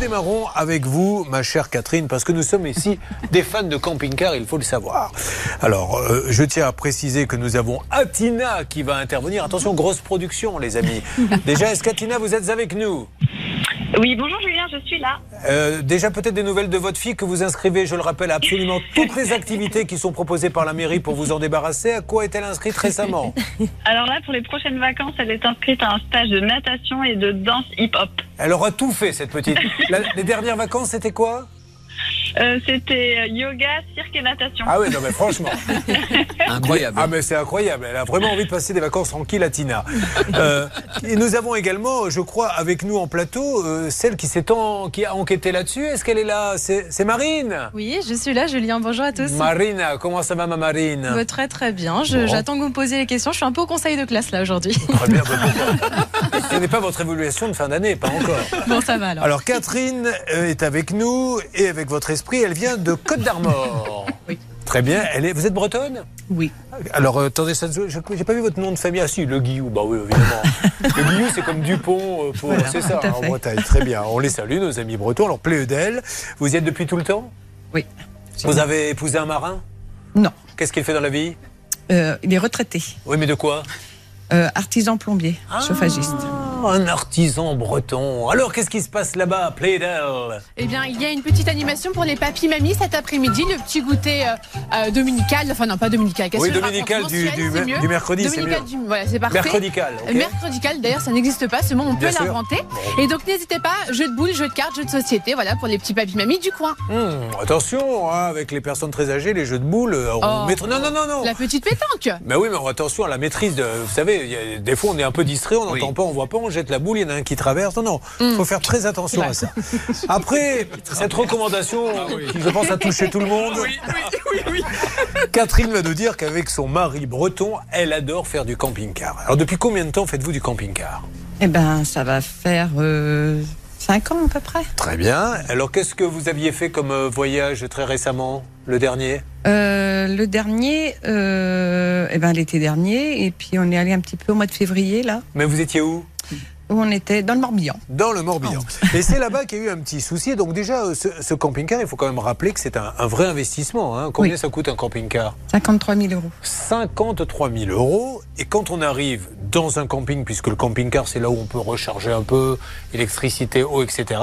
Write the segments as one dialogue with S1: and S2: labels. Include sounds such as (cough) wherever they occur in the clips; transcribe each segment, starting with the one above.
S1: démarrons avec vous, ma chère Catherine, parce que nous sommes ici des fans de camping-car, il faut le savoir. Alors, euh, je tiens à préciser que nous avons Atina qui va intervenir. Attention, grosse production, les amis. Déjà, est-ce qu'Atina, vous êtes avec nous
S2: Oui, bonjour Julien, je suis là.
S1: Euh, déjà, peut-être des nouvelles de votre fille que vous inscrivez, je le rappelle, à absolument toutes les activités qui sont proposées par la mairie pour vous en débarrasser. À quoi est-elle inscrite récemment
S2: Alors là, pour les prochaines vacances, elle est inscrite à un stage de natation et de danse hip-hop.
S1: Elle aura tout fait, cette petite. La- les dernières vacances, c'était quoi
S2: Euh, C'était euh, yoga, cirque et natation.
S1: Ah oui, non mais franchement.
S3: Incroyable.
S1: Ah mais c'est incroyable, elle a vraiment envie de passer des vacances tranquilles à Tina. Euh, et nous avons également, je crois, avec nous en plateau, euh, celle qui s'est en- qui a enquêté là-dessus. Est-ce qu'elle est là C'est c'est Marine
S4: Oui, je suis là, Julien. Bonjour à tous.
S1: Marina, comment ça va ma Marine
S4: Bah, très très bien. Je-
S1: Bon.
S4: J'attends que vous me posiez les questions. Je suis un peu au conseil de classe là
S1: (laughs)
S4: aujourd'hui. (laughs)
S1: Très bien, bah, pourquoi Ce n'est pas votre évaluation de fin d'année, pas encore.
S4: bon, ça va alors.
S1: Alors Catherine euh, est avec nous et avec votre esprit, elle vient de Côte d'Armor.
S4: Oui.
S1: Très bien, elle est... vous êtes bretonne
S4: Oui.
S1: Alors, euh, attendez, ça, je n'ai pas vu votre nom de famille. Ah si, Le Guillou, bah oui, évidemment. le Guillou, c'est comme Dupont, euh, pour, c'est ça,
S4: tout à
S1: en
S4: fait.
S1: Bretagne. Très bien, on les salue, nos amis bretons. Alors, Pléodel, vous y êtes depuis tout le temps
S5: Oui.
S1: Vous avez épousé un marin
S5: Non,
S1: Qu'est-ce qu'il fait dans la vie
S5: euh, il est retraité,
S1: Oui, mais de quoi
S5: Euh, artisan plombier,
S1: Ah,
S5: chauffagiste.
S1: Un artisan breton. Alors, qu'est-ce qui se passe là-bas, Pléodel
S6: Eh bien, il y a une petite animation pour les papis mamies cet après-midi, le petit goûter euh, euh, dominical, enfin non pas dominical, qu'est-ce
S1: Oui,
S6: que je
S1: dominical
S6: raconte,
S1: du-
S6: mensuel,
S1: du-
S6: c'est mieux.
S1: du mercredi, c'est
S6: Dominical du- voilà, c'est parfait. Euh,
S1: Mercredical, ok
S6: Mercredical, d'ailleurs, ça n'existe pas, ce mot, on
S1: Bien
S6: peut
S1: sûr.
S6: l'inventer. Et donc, n'hésitez pas, jeu de boules, jeu de cartes, jeu de société, voilà, pour les petits papis mamies du coin.
S1: Hum, Attention, hein, avec les personnes très âgées, les jeux de boules, euh, on
S6: Oh.
S1: maîtrise- Non, non, non, non
S6: La petite pétanque
S1: Mais Ben oui, mais attention à la maîtrise. De, vous savez, il y a- des fois on est un peu distrait, on n'entend pas, on voit pas, on jette la boule, il y en a un qui traverse. Non, non, il faut faire très attention à ça. Après cette recommandation qui, je pense, a touché tout le monde, Catherine va nous dire qu'avec son mari breton, elle adore faire du camping-car. Alors depuis combien de temps faites-vous du camping-car
S5: Eh ben, ça va faire 5 ans à peu près.
S1: Très bien. Alors qu'est-ce que vous aviez fait comme euh, voyage très récemment, le dernier
S5: Euh, le dernier, euh, eh ben, l'été dernier, et puis on est allé un petit peu au mois de février, là,
S1: Mais vous étiez où
S5: où on était dans le Morbihan.
S1: dans le Morbihan.
S5: Ah
S1: Et c'est là-bas qu'il y a eu un petit souci. Donc déjà, euh, ce, ce camping-car, il faut quand même rappeler que c'est un, un vrai investissement. hein. Combien
S5: Oui.
S1: ça coûte un camping-car
S5: 53 000 euros.
S1: 53 000 euros. Et quand on arrive dans un camping, puisque le camping-car, c'est là où on peut recharger un peu, électricité, eau, etc.,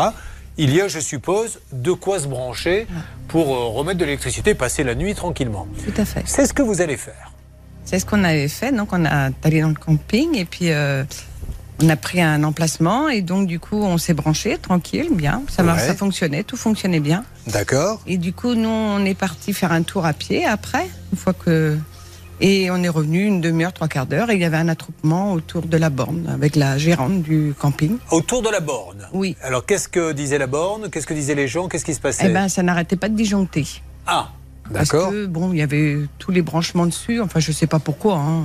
S1: il y a, je suppose, de quoi se brancher
S5: Ah.
S1: pour euh, remettre de l'électricité et passer la nuit tranquillement.
S5: Tout à fait.
S1: C'est ce que vous allez faire.
S5: C'est ce qu'on avait fait. Donc, on a allé dans le camping et puis euh, on a pris un emplacement et donc, du coup, on s'est branché tranquille, bien. Ça, marche,
S1: Ouais.
S5: ça fonctionnait, tout fonctionnait bien.
S1: D'accord
S5: Et du coup, nous, on est parti faire un tour à pied après, une fois que. Et on est revenu une demi-heure, trois quarts d'heure, et il y avait un attroupement autour de la borne avec la gérante du camping. Eh
S1: Autour de la borne.
S5: Oui.
S1: Alors, qu'est-ce que disait la borne Qu'est-ce que disaient les gens Qu'est-ce qui se passait
S5: Eh ben, ça n'arrêtait pas de disjoncter.
S1: Ah,
S5: Parce
S1: d'accord.
S5: que, bon, il y avait tous les branchements dessus, enfin, je sais pas pourquoi, hein.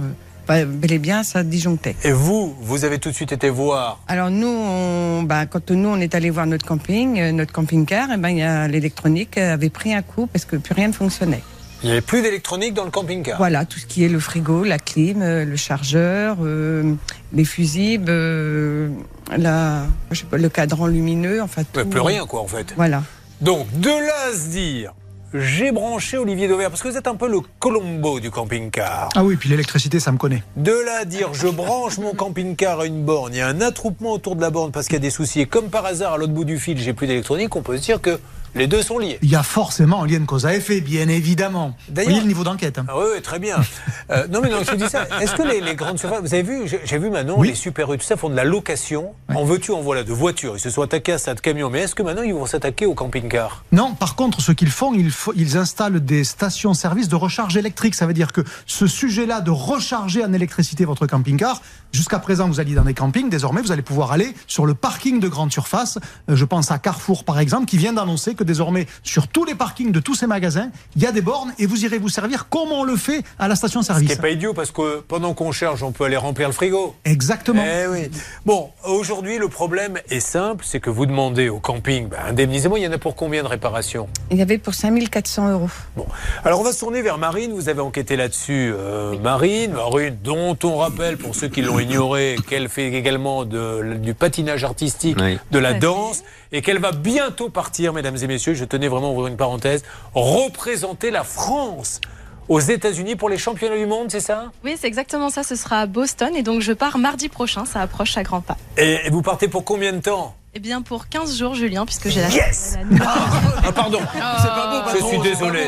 S5: Enfin, bel et bien, ça disjonctait.
S1: Et vous, vous avez tout de suite été voir.
S5: Alors, nous, on, bah, quand nous, on est allé voir notre camping, euh, notre camping-car, eh ben, il y a- l'électronique avait pris un coup parce que plus rien ne fonctionnait.
S1: Il n'y avait plus d'électronique dans le camping-car.
S5: Voilà, tout ce qui est le frigo, la clim, euh, le chargeur, euh, les fusibles, euh, la, je sais pas, le cadran lumineux, enfin tout. euh,
S1: Ouais, plus rien, quoi, en fait.
S5: Voilà.
S1: Donc, de là à se dire, j'ai branché Olivier Dauvert, parce que vous êtes un peu le Colombo du camping-car.
S7: Ah oui, puis l'électricité, ça me connaît.
S1: De là à dire, je branche mon camping-car à une borne, il y a un attroupement autour de la borne parce qu'il y a des soucis, et comme par hasard, à l'autre bout du fil, j'ai plus d'électronique, on peut se dire que les deux sont liés.
S7: Il y a forcément un lien de cause à effet, bien évidemment.
S1: D'ailleurs-
S7: Vous voyez le niveau d'enquête. hein.
S1: Ah oui, oui, très bien. Euh, non, mais non, je te dis ça. Est-ce que les, les grandes surfaces. Vous avez vu, j'ai j'ai vu maintenant,
S7: Oui.
S1: les super U, tout ça font de la location. En veux-tu, en voilà, de voitures. Ils se sont attaqués à ça de camions. Mais est-ce que maintenant, ils vont s'attaquer au camping-car
S7: Non, par contre, ce qu'ils font, ils, fo- ils installent des stations-service de recharge électrique. Ça veut dire que ce sujet-là de recharger en électricité votre camping-car, jusqu'à présent, vous alliez dans des campings. Désormais, vous allez pouvoir aller sur le parking de grande surface. Euh, Je pense à Carrefour, par exemple, qui vient d'annoncer que désormais, sur tous les parkings de tous ces magasins, il y a des bornes et vous irez vous servir comme on le fait à la
S1: Ce qui
S7: station-service.
S1: n'est pas idiot parce que pendant qu'on charge, on peut aller remplir le frigo.
S7: Exactement.
S1: Eh oui. Bon, aujourd'hui, le problème est simple c'est que vous demandez au camping, ben, indemnisez-moi, il y en a pour combien de réparations
S5: Il y avait pour 5400 euros.
S1: Bon, alors on va se tourner vers Marine. Vous avez enquêté là-dessus, euh, Marine. Marine, dont on rappelle, pour ceux qui l'ont ignoré, qu'elle fait également de- du patinage artistique,
S3: Oui.
S1: de la
S4: Tout à
S1: danse et qu'elle va bientôt partir, mesdames et messieurs. Je tenais vraiment à ouvrir une parenthèse. Représenter la France aux États-Unis pour les championnats du monde, c'est ça
S4: Oui, c'est exactement ça. Ce sera à Boston et donc je pars mardi prochain. Ça approche à grands pas.
S1: Et vous partez pour combien de temps
S4: Eh bien, pour 15 jours, Julien, puisque j'ai la
S1: Yes
S4: la- la-
S1: Ah, pardon.
S4: Oh.
S1: Je suis désolé.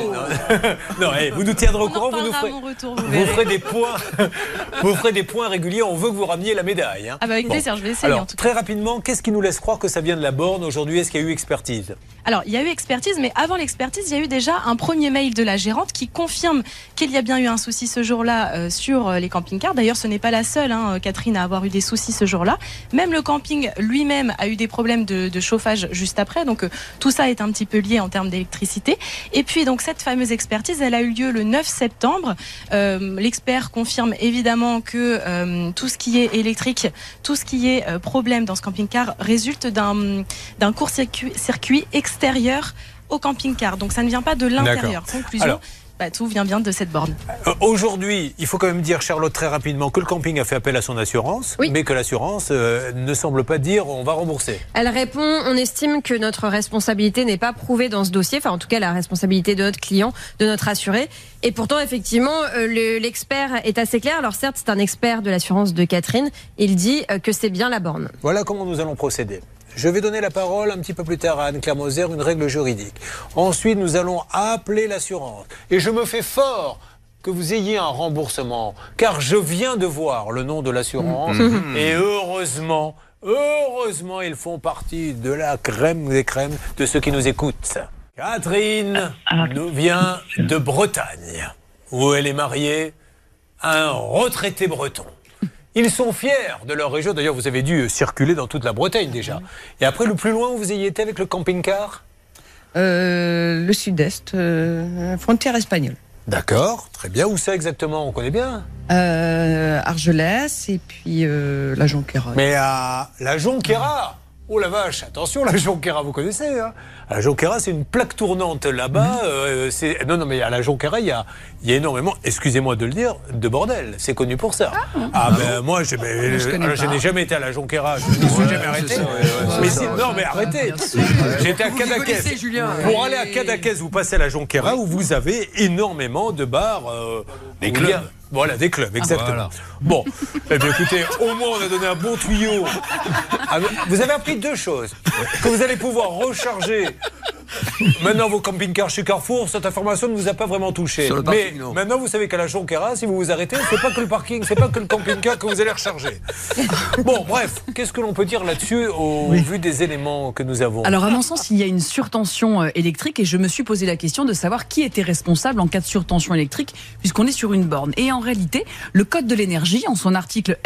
S1: Non, (laughs) eh, vous nous tiendrez au
S4: On en
S1: courant, vous nous
S4: reparlera à
S1: ferez.
S4: mon retour, vous
S1: Vous
S4: verrez.
S1: ferez des points, (laughs) vous ferez des points réguliers. On veut que vous rameniez la médaille. hein.
S4: Ah bah avec
S1: Bon.
S4: plaisir, je vais essayer en
S1: Alors
S4: tout cas.
S1: très rapidement, qu'est-ce qui nous laisse croire que ça vient de la borne aujourd'hui Est-ce qu'il y a eu expertise
S4: Alors, il y a eu expertise, mais avant l'expertise, il y a eu déjà un premier mail de la gérante qui confirme qu'il y a bien eu un souci ce jour-là euh, sur euh, les camping-cars. D'ailleurs, ce n'est pas la seule, hein, euh, Catherine, à avoir eu des soucis ce jour-là. Même le camping lui-même a eu des problèmes de, de chauffage juste après. Donc, euh, tout ça est un petit peu lié en termes d'électricité. Et puis, donc, cette fameuse expertise, elle a eu lieu le 9 septembre. Euh, L'expert confirme évidemment que euh, tout ce qui est électrique, tout ce qui est euh, problème dans ce camping-car résulte d'un d'un court-circuit circuit extérieur au camping-car. Donc ça ne vient pas de l'intérieur. Conclusion,
S1: Alors-
S4: bah, tout vient bien de cette borne.
S1: Euh, Aujourd'hui, il faut quand même dire, Charlotte, très rapidement, que le camping a fait appel à son assurance,
S3: Oui.
S1: mais que l'assurance euh, ne semble pas dire on va rembourser.
S3: Elle répond on estime que notre responsabilité n'est pas prouvée dans ce dossier, enfin en tout cas la responsabilité de notre client, de notre assuré. Et pourtant, effectivement, euh, le- l'expert est assez clair. Alors certes, c'est un expert de l'assurance de Catherine. Il dit euh, que c'est bien la borne.
S1: Voilà comment nous allons procéder. Je vais donner la parole un petit peu plus tard à Anne-Claire Moser, une règle juridique. Ensuite, nous allons appeler l'assurance. Et je me fais fort que vous ayez un remboursement, car je viens de voir le nom de l'assurance, et heureusement, heureusement, ils font partie de la crème des crèmes de ceux qui nous écoutent. Catherine nous vient de Bretagne, où elle est mariée à un retraité breton. Ils sont fiers de leur région. D'ailleurs, vous avez dû circuler dans toute la Bretagne déjà. Et après, le plus loin où vous ayez été avec le camping-car
S5: Euh, le sud-est, euh, frontière espagnole.
S1: D'accord, très bien. Où ça exactement On connaît bien.
S5: Euh, Argelès et puis euh, la Jonquera.
S1: Mais à la Jonquera Oh la vache, attention, la Jonquera, vous connaissez. Hein à la Jonquera, c'est une plaque tournante là-bas. euh, c'est- non, non, mais à la Jonquera, il y a, il y a énormément, excusez-moi de le dire, de bordel. C'est connu pour ça. Ah, ben moi, je, ben,
S5: Ah, je
S1: je,
S5: connais
S1: alors, je
S5: pas.
S1: n'ai jamais été à la Jonquera. (laughs) Je ne suis jamais arrêté. mais c'est- non, mais arrêtez. J'étais à Cadaquès. Pour aller à Cadaquès, vous passez à la Jonquera où vous avez énormément de bars. euh,
S8: Des
S1: où
S8: clubs.
S1: il y a- Voilà, des clubs, exactement.
S8: Voilà.
S1: Bon, eh bien, écoutez, au moins on a donné un bon tuyau. Ah, Vous avez appris deux choses. Que vous allez pouvoir recharger maintenant vos camping-cars chez Carrefour, cette information ne vous a pas vraiment touché.
S8: Sur le
S1: Mais
S8: parking, non.
S1: maintenant vous savez qu'à la Jonquera, si vous vous arrêtez, c'est pas que le parking, c'est pas que le camping-car que vous allez recharger. Bon, bref, qu'est-ce que l'on peut dire là-dessus au vu des éléments que nous avons
S9: Alors, à mon sens, il y a une surtension euh, électrique et je me suis posé la question de savoir qui était responsable en cas de surtension électrique, puisqu'on est sur une borne. Et en réalité, le Code de l'énergie, en son article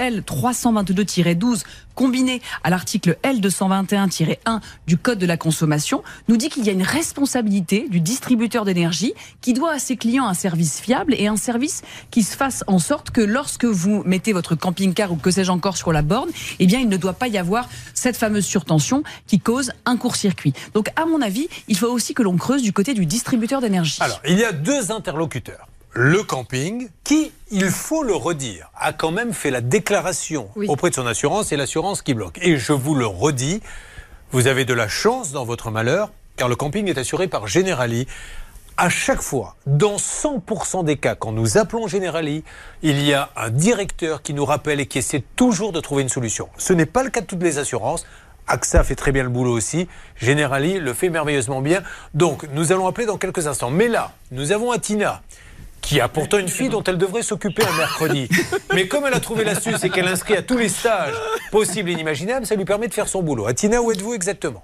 S9: L322-12, combiné à l'article L221-1 du Code de la consommation, nous dit qu'il y a une responsabilité du distributeur d'énergie qui doit à ses clients un service fiable et un service qui se fasse en sorte que lorsque vous mettez votre camping-car ou que sais-je encore sur la borne, eh bien, il ne doit pas y avoir cette fameuse surtension qui cause un court-circuit. Donc, à mon avis, il faut aussi que l'on creuse du côté du distributeur d'énergie.
S1: Alors, il y a deux interlocuteurs. Le camping, qui, il faut le redire, a quand même fait la déclaration
S3: Oui.
S1: auprès de son assurance et l'assurance qui bloque. Et je vous le redis, vous avez de la chance dans votre malheur, car le camping est assuré par Generali. À chaque fois, dans 100% des cas, quand nous appelons Generali, il y a un directeur qui nous rappelle et qui essaie toujours de trouver une solution. Ce n'est pas le cas de toutes les assurances. AXA fait très bien le boulot aussi. Generali le fait merveilleusement bien. Donc, nous allons appeler dans quelques instants. Mais là, nous avons Atina qui a pourtant une fille dont elle devrait s'occuper un mercredi. Mais comme elle a trouvé l'astuce et qu'elle inscrit à tous les stages possibles et inimaginables, ça lui permet de faire son boulot. Atina, où êtes-vous exactement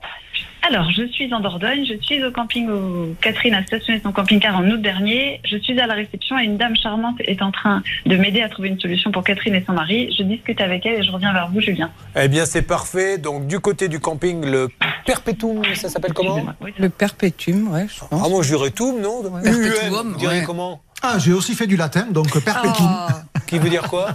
S2: Alors, je suis en Dordogne, je suis au camping où Catherine a stationné son camping-car en août dernier. Je suis à la réception et une dame charmante est en train de m'aider à trouver une solution pour Catherine et son mari. Je discute avec elle et je reviens vers vous, Julien.
S1: Eh bien, c'est parfait. Donc, du côté du camping, le Perpétuum, ça s'appelle comment
S2: Excusez-moi. Oui, ça-
S5: Le perpétuum, ouais, je pense.
S1: Ah, moi, je dirais Tum, non
S9: Perpétuum,
S1: UM, vous direz
S9: ouais.
S1: comment
S7: euh,
S1: Oh.
S7: Ah, j'ai aussi fait du latin, donc perpétuum.
S1: Qui veut dire quoi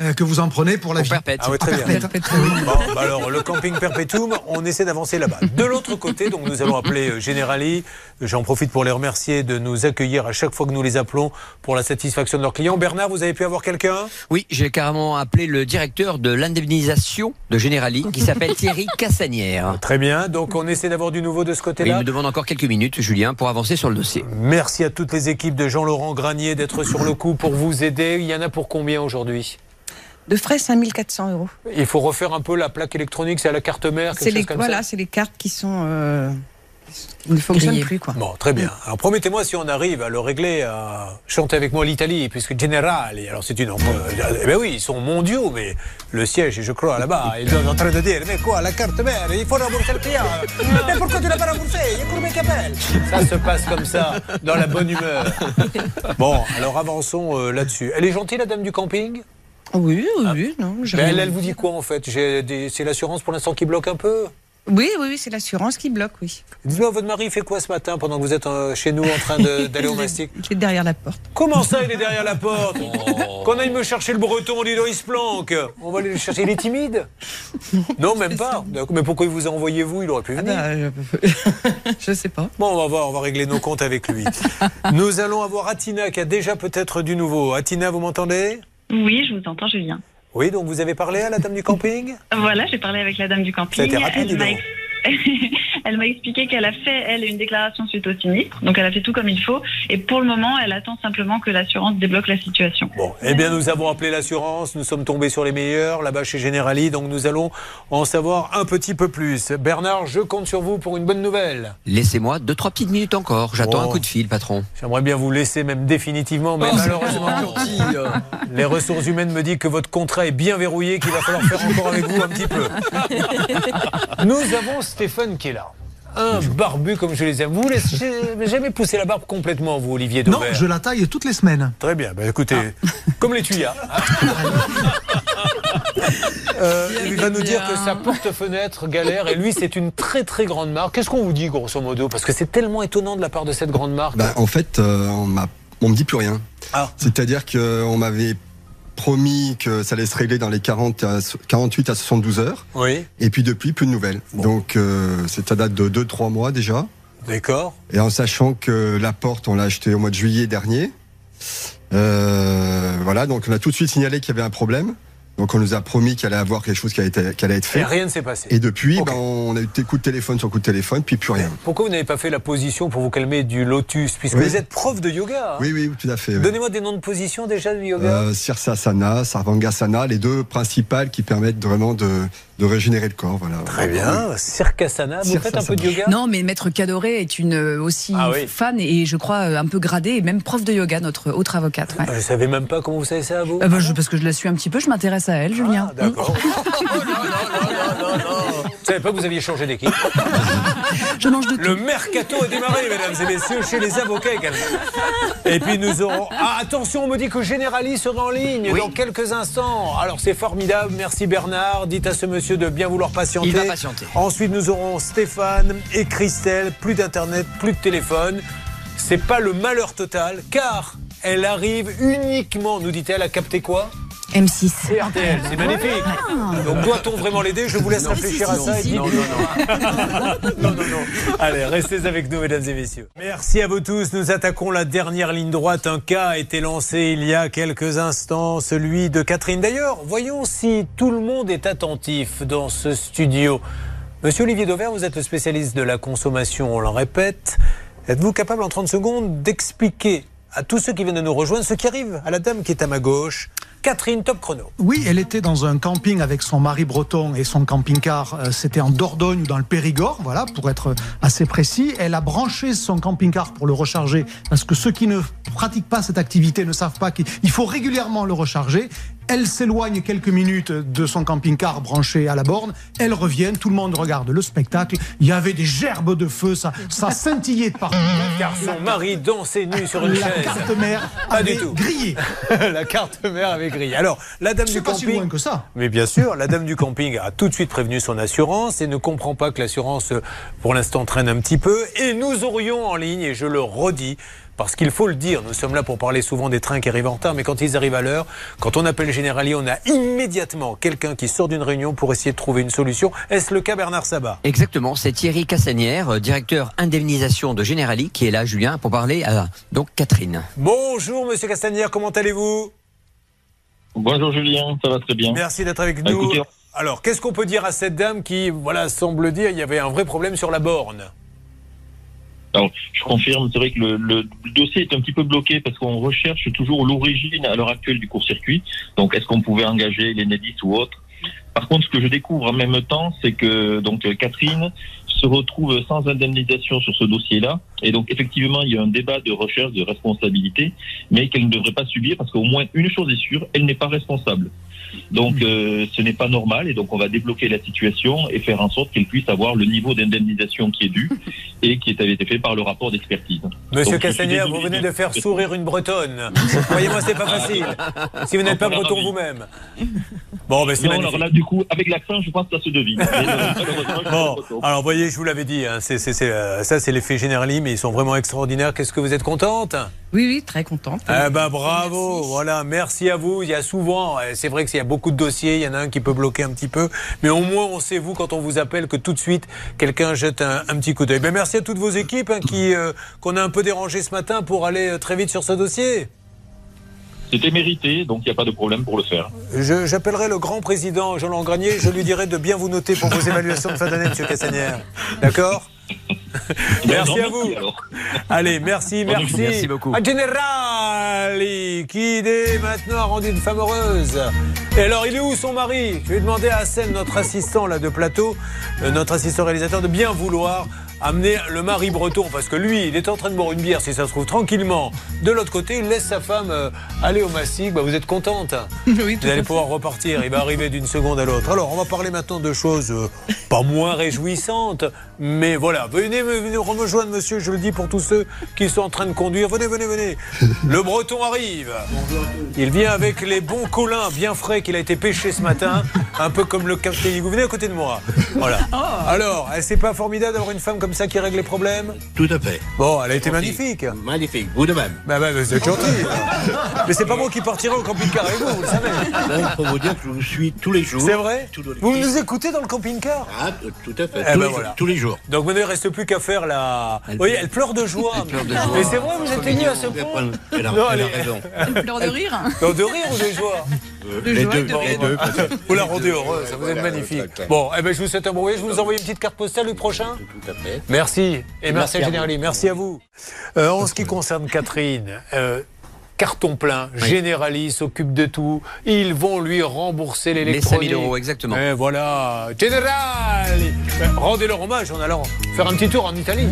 S7: euh, que vous en prenez pour la
S8: On
S7: vie.
S8: perpète.
S1: Ah oui, très bien.
S5: Perpétuellement.
S1: Bon, bah alors, le camping perpétum, on essaie d'avancer là-bas. De l'autre côté, donc nous allons appeler euh, Generali. J'en profite pour les remercier de nous accueillir à chaque fois que nous les appelons pour la satisfaction de leurs clients. Bernard, vous avez pu avoir quelqu'un
S8: Oui, j'ai carrément appelé le directeur de l'indemnisation de Generali, qui s'appelle
S9: (laughs)
S8: Thierry Cassanière.
S1: Très bien. Donc, on essaie d'avoir du nouveau de ce
S8: Il
S1: côté-là.
S8: me demande encore quelques minutes, Julien, pour avancer sur le dossier.
S1: Merci à toutes les équipes de Jean-Laurent Granier d'être sur le coup pour vous aider. Il y en a pour combien aujourd'hui
S5: De frais, 5400 euros.
S1: Il faut refaire un peu la plaque électronique, c'est à la carte mère, Ah, quelque
S5: C'est
S1: chose
S5: les,
S1: comme
S5: voilà,
S1: ça.
S5: c'est les cartes qui sont. euh, qui ne fonctionnent
S8: Grillées.
S5: plus, quoi.
S1: Bon, très bien. Alors promettez-moi si on arrive à le régler, à chanter avec moi l'Italie, puisque Generali, alors c'est une... euh, Eh ben oui, ils sont mondiaux, mais le siège, est, je crois, là-bas, ils doivent en train de dire, mais quoi, la carte mère, il faut rembourser le client. Mais pourquoi tu l'as pas remboursé Il y a combien qui appelle Ça se passe comme ça, dans la bonne humeur. Bon, alors avançons euh, là-dessus. Elle est gentille, la dame du camping
S5: Oui, oui, oui, non. j'ai
S1: Ah. Mais
S5: rien
S1: elle, elle
S5: dit.
S1: vous dit quoi en fait J'ai des- C'est l'assurance pour l'instant qui bloque un peu
S5: Oui, oui, oui, c'est l'assurance qui bloque, oui.
S1: Dites-moi, votre mari fait quoi ce matin pendant que vous êtes euh, chez nous en train
S5: (laughs)
S1: de- d'aller au
S5: Il est-
S1: mastic
S5: Il est derrière la porte.
S1: Comment ça, il est derrière la porte Qu'on aille me chercher le breton, dis donc, il se planque. On va aller le chercher. Il est timide Non, même pas. D'accord, Mais pourquoi il vous a envoyé, vous Il aurait pu
S5: Ah
S1: venir.
S5: bah, je... (laughs) je sais pas.
S1: Bon, on va voir, on va régler nos comptes avec lui. Nous allons avoir Atina qui a déjà peut-être du nouveau. Atina, vous m'entendez
S2: Oui, je vous entends, Julien.
S1: Oui, donc vous avez parlé à la dame du camping
S2: Voilà, j'ai parlé avec la dame du
S1: Ça a
S2: camping.
S1: été rapide, dis
S2: elle m'a
S1: donc.
S2: ex- elle m'a expliqué qu'elle a fait, elle, une déclaration suite au sinistre. Donc, elle a fait tout comme il faut. Et pour le moment, elle attend simplement que l'assurance débloque la situation.
S1: Bon, eh bien, nous avons appelé l'assurance, nous sommes tombés sur les meilleurs là-bas chez Generali, donc nous allons en savoir un petit peu plus. Bernard, je compte sur vous pour une bonne nouvelle.
S8: Laissez-moi deux, trois petites minutes encore. J'attends un
S1: Oh.
S8: coup de fil, patron.
S1: J'aimerais bien vous laisser, même définitivement, mais malheureusement, les ressources humaines me disent que votre contrat est bien verrouillé, qu'il va falloir faire encore avec vous un petit peu. Nous avons Stéphane qui est là. Un barbu comme je les aime. Vous laissez jamais pousser la barbe complètement, vous, Olivier
S7: Non,
S1: Daubert.
S7: je la taille toutes les semaines.
S1: Très bien, bah, écoutez, comme les tuyas. Euh, il va nous dire que sa porte-fenêtre galère et lui c'est une très très grande marque. Qu'est-ce qu'on vous dit grosso modo Parce que c'est tellement étonnant de la part de cette grande marque.
S10: Bah, en fait, euh, on m'a, on me dit plus rien.
S1: Ah.
S10: C'est-à-dire que on m'avait promis que ça allait se régler dans les 40 à so- 48 à 72 heures.
S1: Oui,
S10: Et puis depuis, plus de nouvelles.
S1: Bon.
S10: Donc euh, c'est à date de 2-3 mois déjà.
S1: d'accord.
S10: Et en sachant que la porte, on l'a achetée au mois de juillet dernier. Euh, voilà, donc on a tout de suite signalé qu'il y avait un problème. Donc on nous a promis qu'il allait avoir quelque chose qui allait être, qui allait être
S1: Et
S10: fait.
S1: rien ne s'est passé.
S10: Et depuis,
S1: Ok.
S10: ben, on a eu des coups de téléphone sur coup de téléphone, puis plus rien.
S1: Pourquoi vous n'avez pas fait la position pour vous calmer du lotus Puisque
S10: Oui.
S1: vous êtes prof de yoga. hein.
S10: Oui, oui, tout à fait. oui.
S1: Donnez-moi des noms de positions déjà du yoga.
S10: Euh, Sirsasana, Sarvangasana, les deux principales qui permettent vraiment de, de régénérer le corps. Voilà.
S1: Très bien. Circassana, vous faites un peu de
S10: Circassana.
S1: yoga
S9: Non, mais Maître Cadoré est une euh, aussi
S1: Ah oui.
S9: fan et je crois euh, un peu gradée et même prof de yoga, notre autre avocate. ouais.
S1: Ah, Je savais même pas comment vous savez ça, vous
S9: Euh, bah, je- parce que je la suis un petit peu, je m'intéresse à elle, Julien.
S1: Ah, d'accord. (laughs) Je savais pas que vous aviez changé d'équipe.
S9: Je mange de
S1: Le
S9: tout.
S1: mercato a démarré, mesdames et messieurs, chez les avocats également. Et puis nous aurons. Ah, attention, on me dit que Generali sera en ligne dans quelques instants. Alors c'est formidable, merci Bernard. Dites à ce monsieur de bien vouloir patienter.
S8: Il va patienter.
S1: Ensuite, nous aurons Stéphane et Christelle. Plus d'internet, plus de téléphone. C'est pas le malheur total, car elle arrive uniquement, nous dit-elle, à capter quoi
S9: M6.
S1: C'est RTL, c'est magnifique. Donc doit-on vraiment l'aider Je vous laisse réfléchir à ça. et dites- non, non, non. Allez, restez avec nous, mesdames et messieurs. Merci à vous tous. Nous attaquons la dernière ligne droite. Un cas a été lancé il y a quelques instants, celui de Catherine. D'ailleurs, voyons si tout le monde est attentif dans ce studio. Monsieur Olivier Dauvert, vous êtes le spécialiste de la consommation, on le répète. Êtes-vous capable en 30 secondes d'expliquer à tous ceux qui viennent de nous rejoindre ce qui arrive à la dame qui est à ma gauche Catherine, top chrono.
S7: Oui, elle était dans un camping avec son mari breton et son camping-car. euh, C'était en Dordogne ou dans le Périgord, voilà, pour être assez précis. Elle a branché son camping-car pour le recharger parce que ceux qui ne pratiquent pas cette activité ne savent pas qu'il il faut régulièrement le recharger. Elle s'éloigne quelques minutes de son camping-car branché à la borne. Elle revient, tout le monde regarde le spectacle. Il y avait des gerbes de feu, ça, ça scintillait de partout.
S1: Car son mari dansait nu sur une
S7: La
S1: chaise.
S7: carte mère
S1: Pas du
S7: avait
S1: tout.
S7: grillé.
S1: (laughs) la carte mère avait grillé. Alors, la dame
S7: C'est
S1: du
S7: pas si loin
S1: camping.
S7: que ça.
S1: Mais bien sûr, la dame du camping a tout de suite prévenu son assurance et ne comprend pas que l'assurance, euh, pour l'instant, traîne un petit peu. Et nous aurions en ligne, et je le redis, Parce qu'il faut le dire, nous sommes là pour parler souvent des trains qui arrivent en retard, mais quand ils arrivent à l'heure, quand on appelle Generali, on a immédiatement quelqu'un qui sort d'une réunion pour essayer de trouver une solution. Est-ce le cas, Bernard Sabat
S8: Exactement, c'est Thierry Cassanière, euh, directeur indemnisation de Generali, qui est là, Julien, pour parler à donc Catherine.
S1: Bonjour, monsieur Castagnère, comment allez-vous
S11: Bonjour Julien, ça va très bien.
S1: Merci d'être avec
S11: Ah,
S1: nous.
S11: écoutez,
S1: Alors, qu'est-ce qu'on peut dire à cette dame qui, voilà, semble dire il y avait un vrai problème sur la borne
S11: Alors, je confirme, c'est vrai que le, le dossier est un petit peu bloqué parce qu'on recherche toujours l'origine à l'heure actuelle du court-circuit. Donc, est-ce qu'on pouvait engager l'Enedis ou autre Par contre, ce que je découvre en même temps, c'est que donc Catherine se retrouve sans indemnisation sur ce dossier-là. Et donc, effectivement, il y a un débat de recherche de responsabilité, mais qu'elle ne devrait pas subir parce qu'au moins une chose est sûre, elle n'est pas responsable. Donc, euh, ce n'est pas normal et donc on va débloquer la situation et faire en sorte qu'elle puisse avoir le niveau d'indemnisation qui est
S9: (laughs)
S11: dû et qui avait été fait par le rapport d'expertise.
S1: Monsieur
S11: Donc, je suis
S1: Castagnère, vous
S11: désolé
S1: venez de faire sourire une bretonne.
S11: (laughs)
S1: Croyez-moi, c'est pas facile. Si vous n'êtes pas breton vous-même. Bon, ben c'est
S11: Non, alors
S1: magnifique.
S11: là, du coup, avec l'accent, je pense que ça se devine. Mais, euh,
S1: Bon, alors vous voyez, je vous l'avais dit, hein, c'est- c'est- c'est, euh, ça c'est l'effet Generali, mais ils sont vraiment extraordinaires. Qu'est-ce que vous êtes contente
S5: Oui, oui, très contente.
S1: Eh ben bravo, voilà, merci à vous. Il y a souvent, euh, c'est vrai que s'il y a beaucoup de dossiers, il y en a un qui peut bloquer un petit peu, mais au moins on sait vous quand on vous appelle que tout de suite quelqu'un jette un, un petit coup d'œil. Ben merci à toutes vos équipes hein, qui euh, qu'on a un peu dérangé ce matin pour aller euh, très vite sur ce dossier.
S11: C'était mérité, donc il n'y a pas de problème pour le faire.
S1: Je- J'appellerai le grand président Jean-Laurent Granier, je lui dirai de bien vous noter pour vos évaluations de fin d'année, Monsieur Cassanière. D'accord Merci à vous. Allez, merci,
S8: Bonne
S1: merci.
S8: journée. Merci beaucoup.
S1: À Generali, qui dès maintenant a rendu une femme heureuse. Et alors, il est où son mari Je vais demander à Hassem, notre assistant là de plateau, euh, notre assistant réalisateur, de bien vouloir amener le mari breton, parce que lui, il est en train de boire une bière, si ça se trouve, tranquillement. De l'autre côté, il laisse sa femme euh, aller au massif. Bah, vous êtes contente vous allez pouvoir repartir. Il va arriver d'une seconde à l'autre. Alors, on va parler maintenant de choses euh, pas moins réjouissantes, mais voilà. Venez, me- venez me rejoindre, monsieur. Je le dis pour tous ceux qui sont en train de conduire. Venez, venez, venez. Le Breton arrive. Il vient avec les bons colins bien frais qu'il a été pêché ce matin, un peu comme le capitaine. Vous venez à côté de moi. Voilà.
S12: Oh.
S1: Alors, eh, c'est pas formidable d'avoir une femme comme ça qui règle les problèmes
S12: Tout à fait.
S1: Bon, elle a été magnifique.
S12: Magnifique, vous de même.
S1: Bah, bah, vous êtes gentil. Mais c'est pas moi qui partirai au camping-car avec vous, vous le savez.
S12: Il faut vous dire que je vous suis tous les jours.
S1: C'est vrai
S12: Tous les-
S1: Vous nous écoutez dans le camping-car
S12: Ah, Tout à fait.
S1: Eh
S12: tous,
S1: ben
S12: les
S1: voilà.
S12: jours, tous les jours.
S1: Donc maintenant, il ne reste plus qu'à faire la... Elle oui, elle pleure de joie.
S12: de joie.
S1: Mais c'est vrai, vous
S12: C'est
S1: êtes ému à ce
S12: mignon.
S1: point.
S12: Elle a- elle a raison. Euh,
S9: Pleure de rire
S1: (laughs) Non, de rire ou de joie
S12: les deux,
S1: Bon,
S12: les
S1: bon,
S12: deux.
S1: bon. Vous la rendez heureuse, vous êtes magnifique. Bon, eh ben, je vous souhaite un bon voyage. Je vous envoie une petite carte postale le prochain
S12: Tout à fait.
S1: Merci. Et merci,
S12: Merci
S1: à
S12: à
S1: Générali. Merci à vous. Euh, en ce qui concerne Catherine, euh, carton plein, Générali s'occupe de tout. Ils vont lui rembourser l'électronique.
S8: 5 000 euros, exactement.
S1: Et Eh, voilà. Générali Euh, Rendez-leur hommage en allant faire un petit tour en Italie.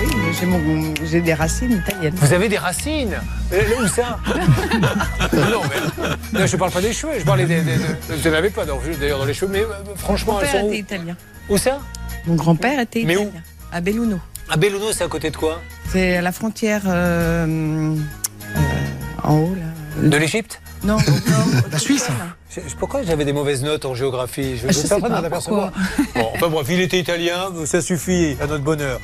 S5: Oui, mais j'ai mon- j'ai des racines italiennes.
S1: Vous avez des racines Euh, Où ça (laughs) Non, mais. non, je parle pas des cheveux, je parlais des. des- des- vous n'en avez pas dans- d'ailleurs dans les cheveux, mais euh,
S5: Mon
S1: franchement, elles
S5: père
S1: sont
S5: était
S1: où,
S5: italien.
S1: Où ça
S5: Mon grand-père était
S1: Mais où
S5: italien. À Belluno.
S1: À Belluno, c'est à côté de quoi
S5: C'est à la frontière euh, euh, en haut, là.
S1: De l'Égypte
S5: Non, non. (laughs) La Suisse
S1: Je- je- Pourquoi j'avais des mauvaises notes en géographie Je,
S9: Je
S1: suis
S9: sais
S1: en train de
S9: pas
S1: m'en apercevoir. Bon, enfin bref, il était italien, ça suffit à notre bonheur.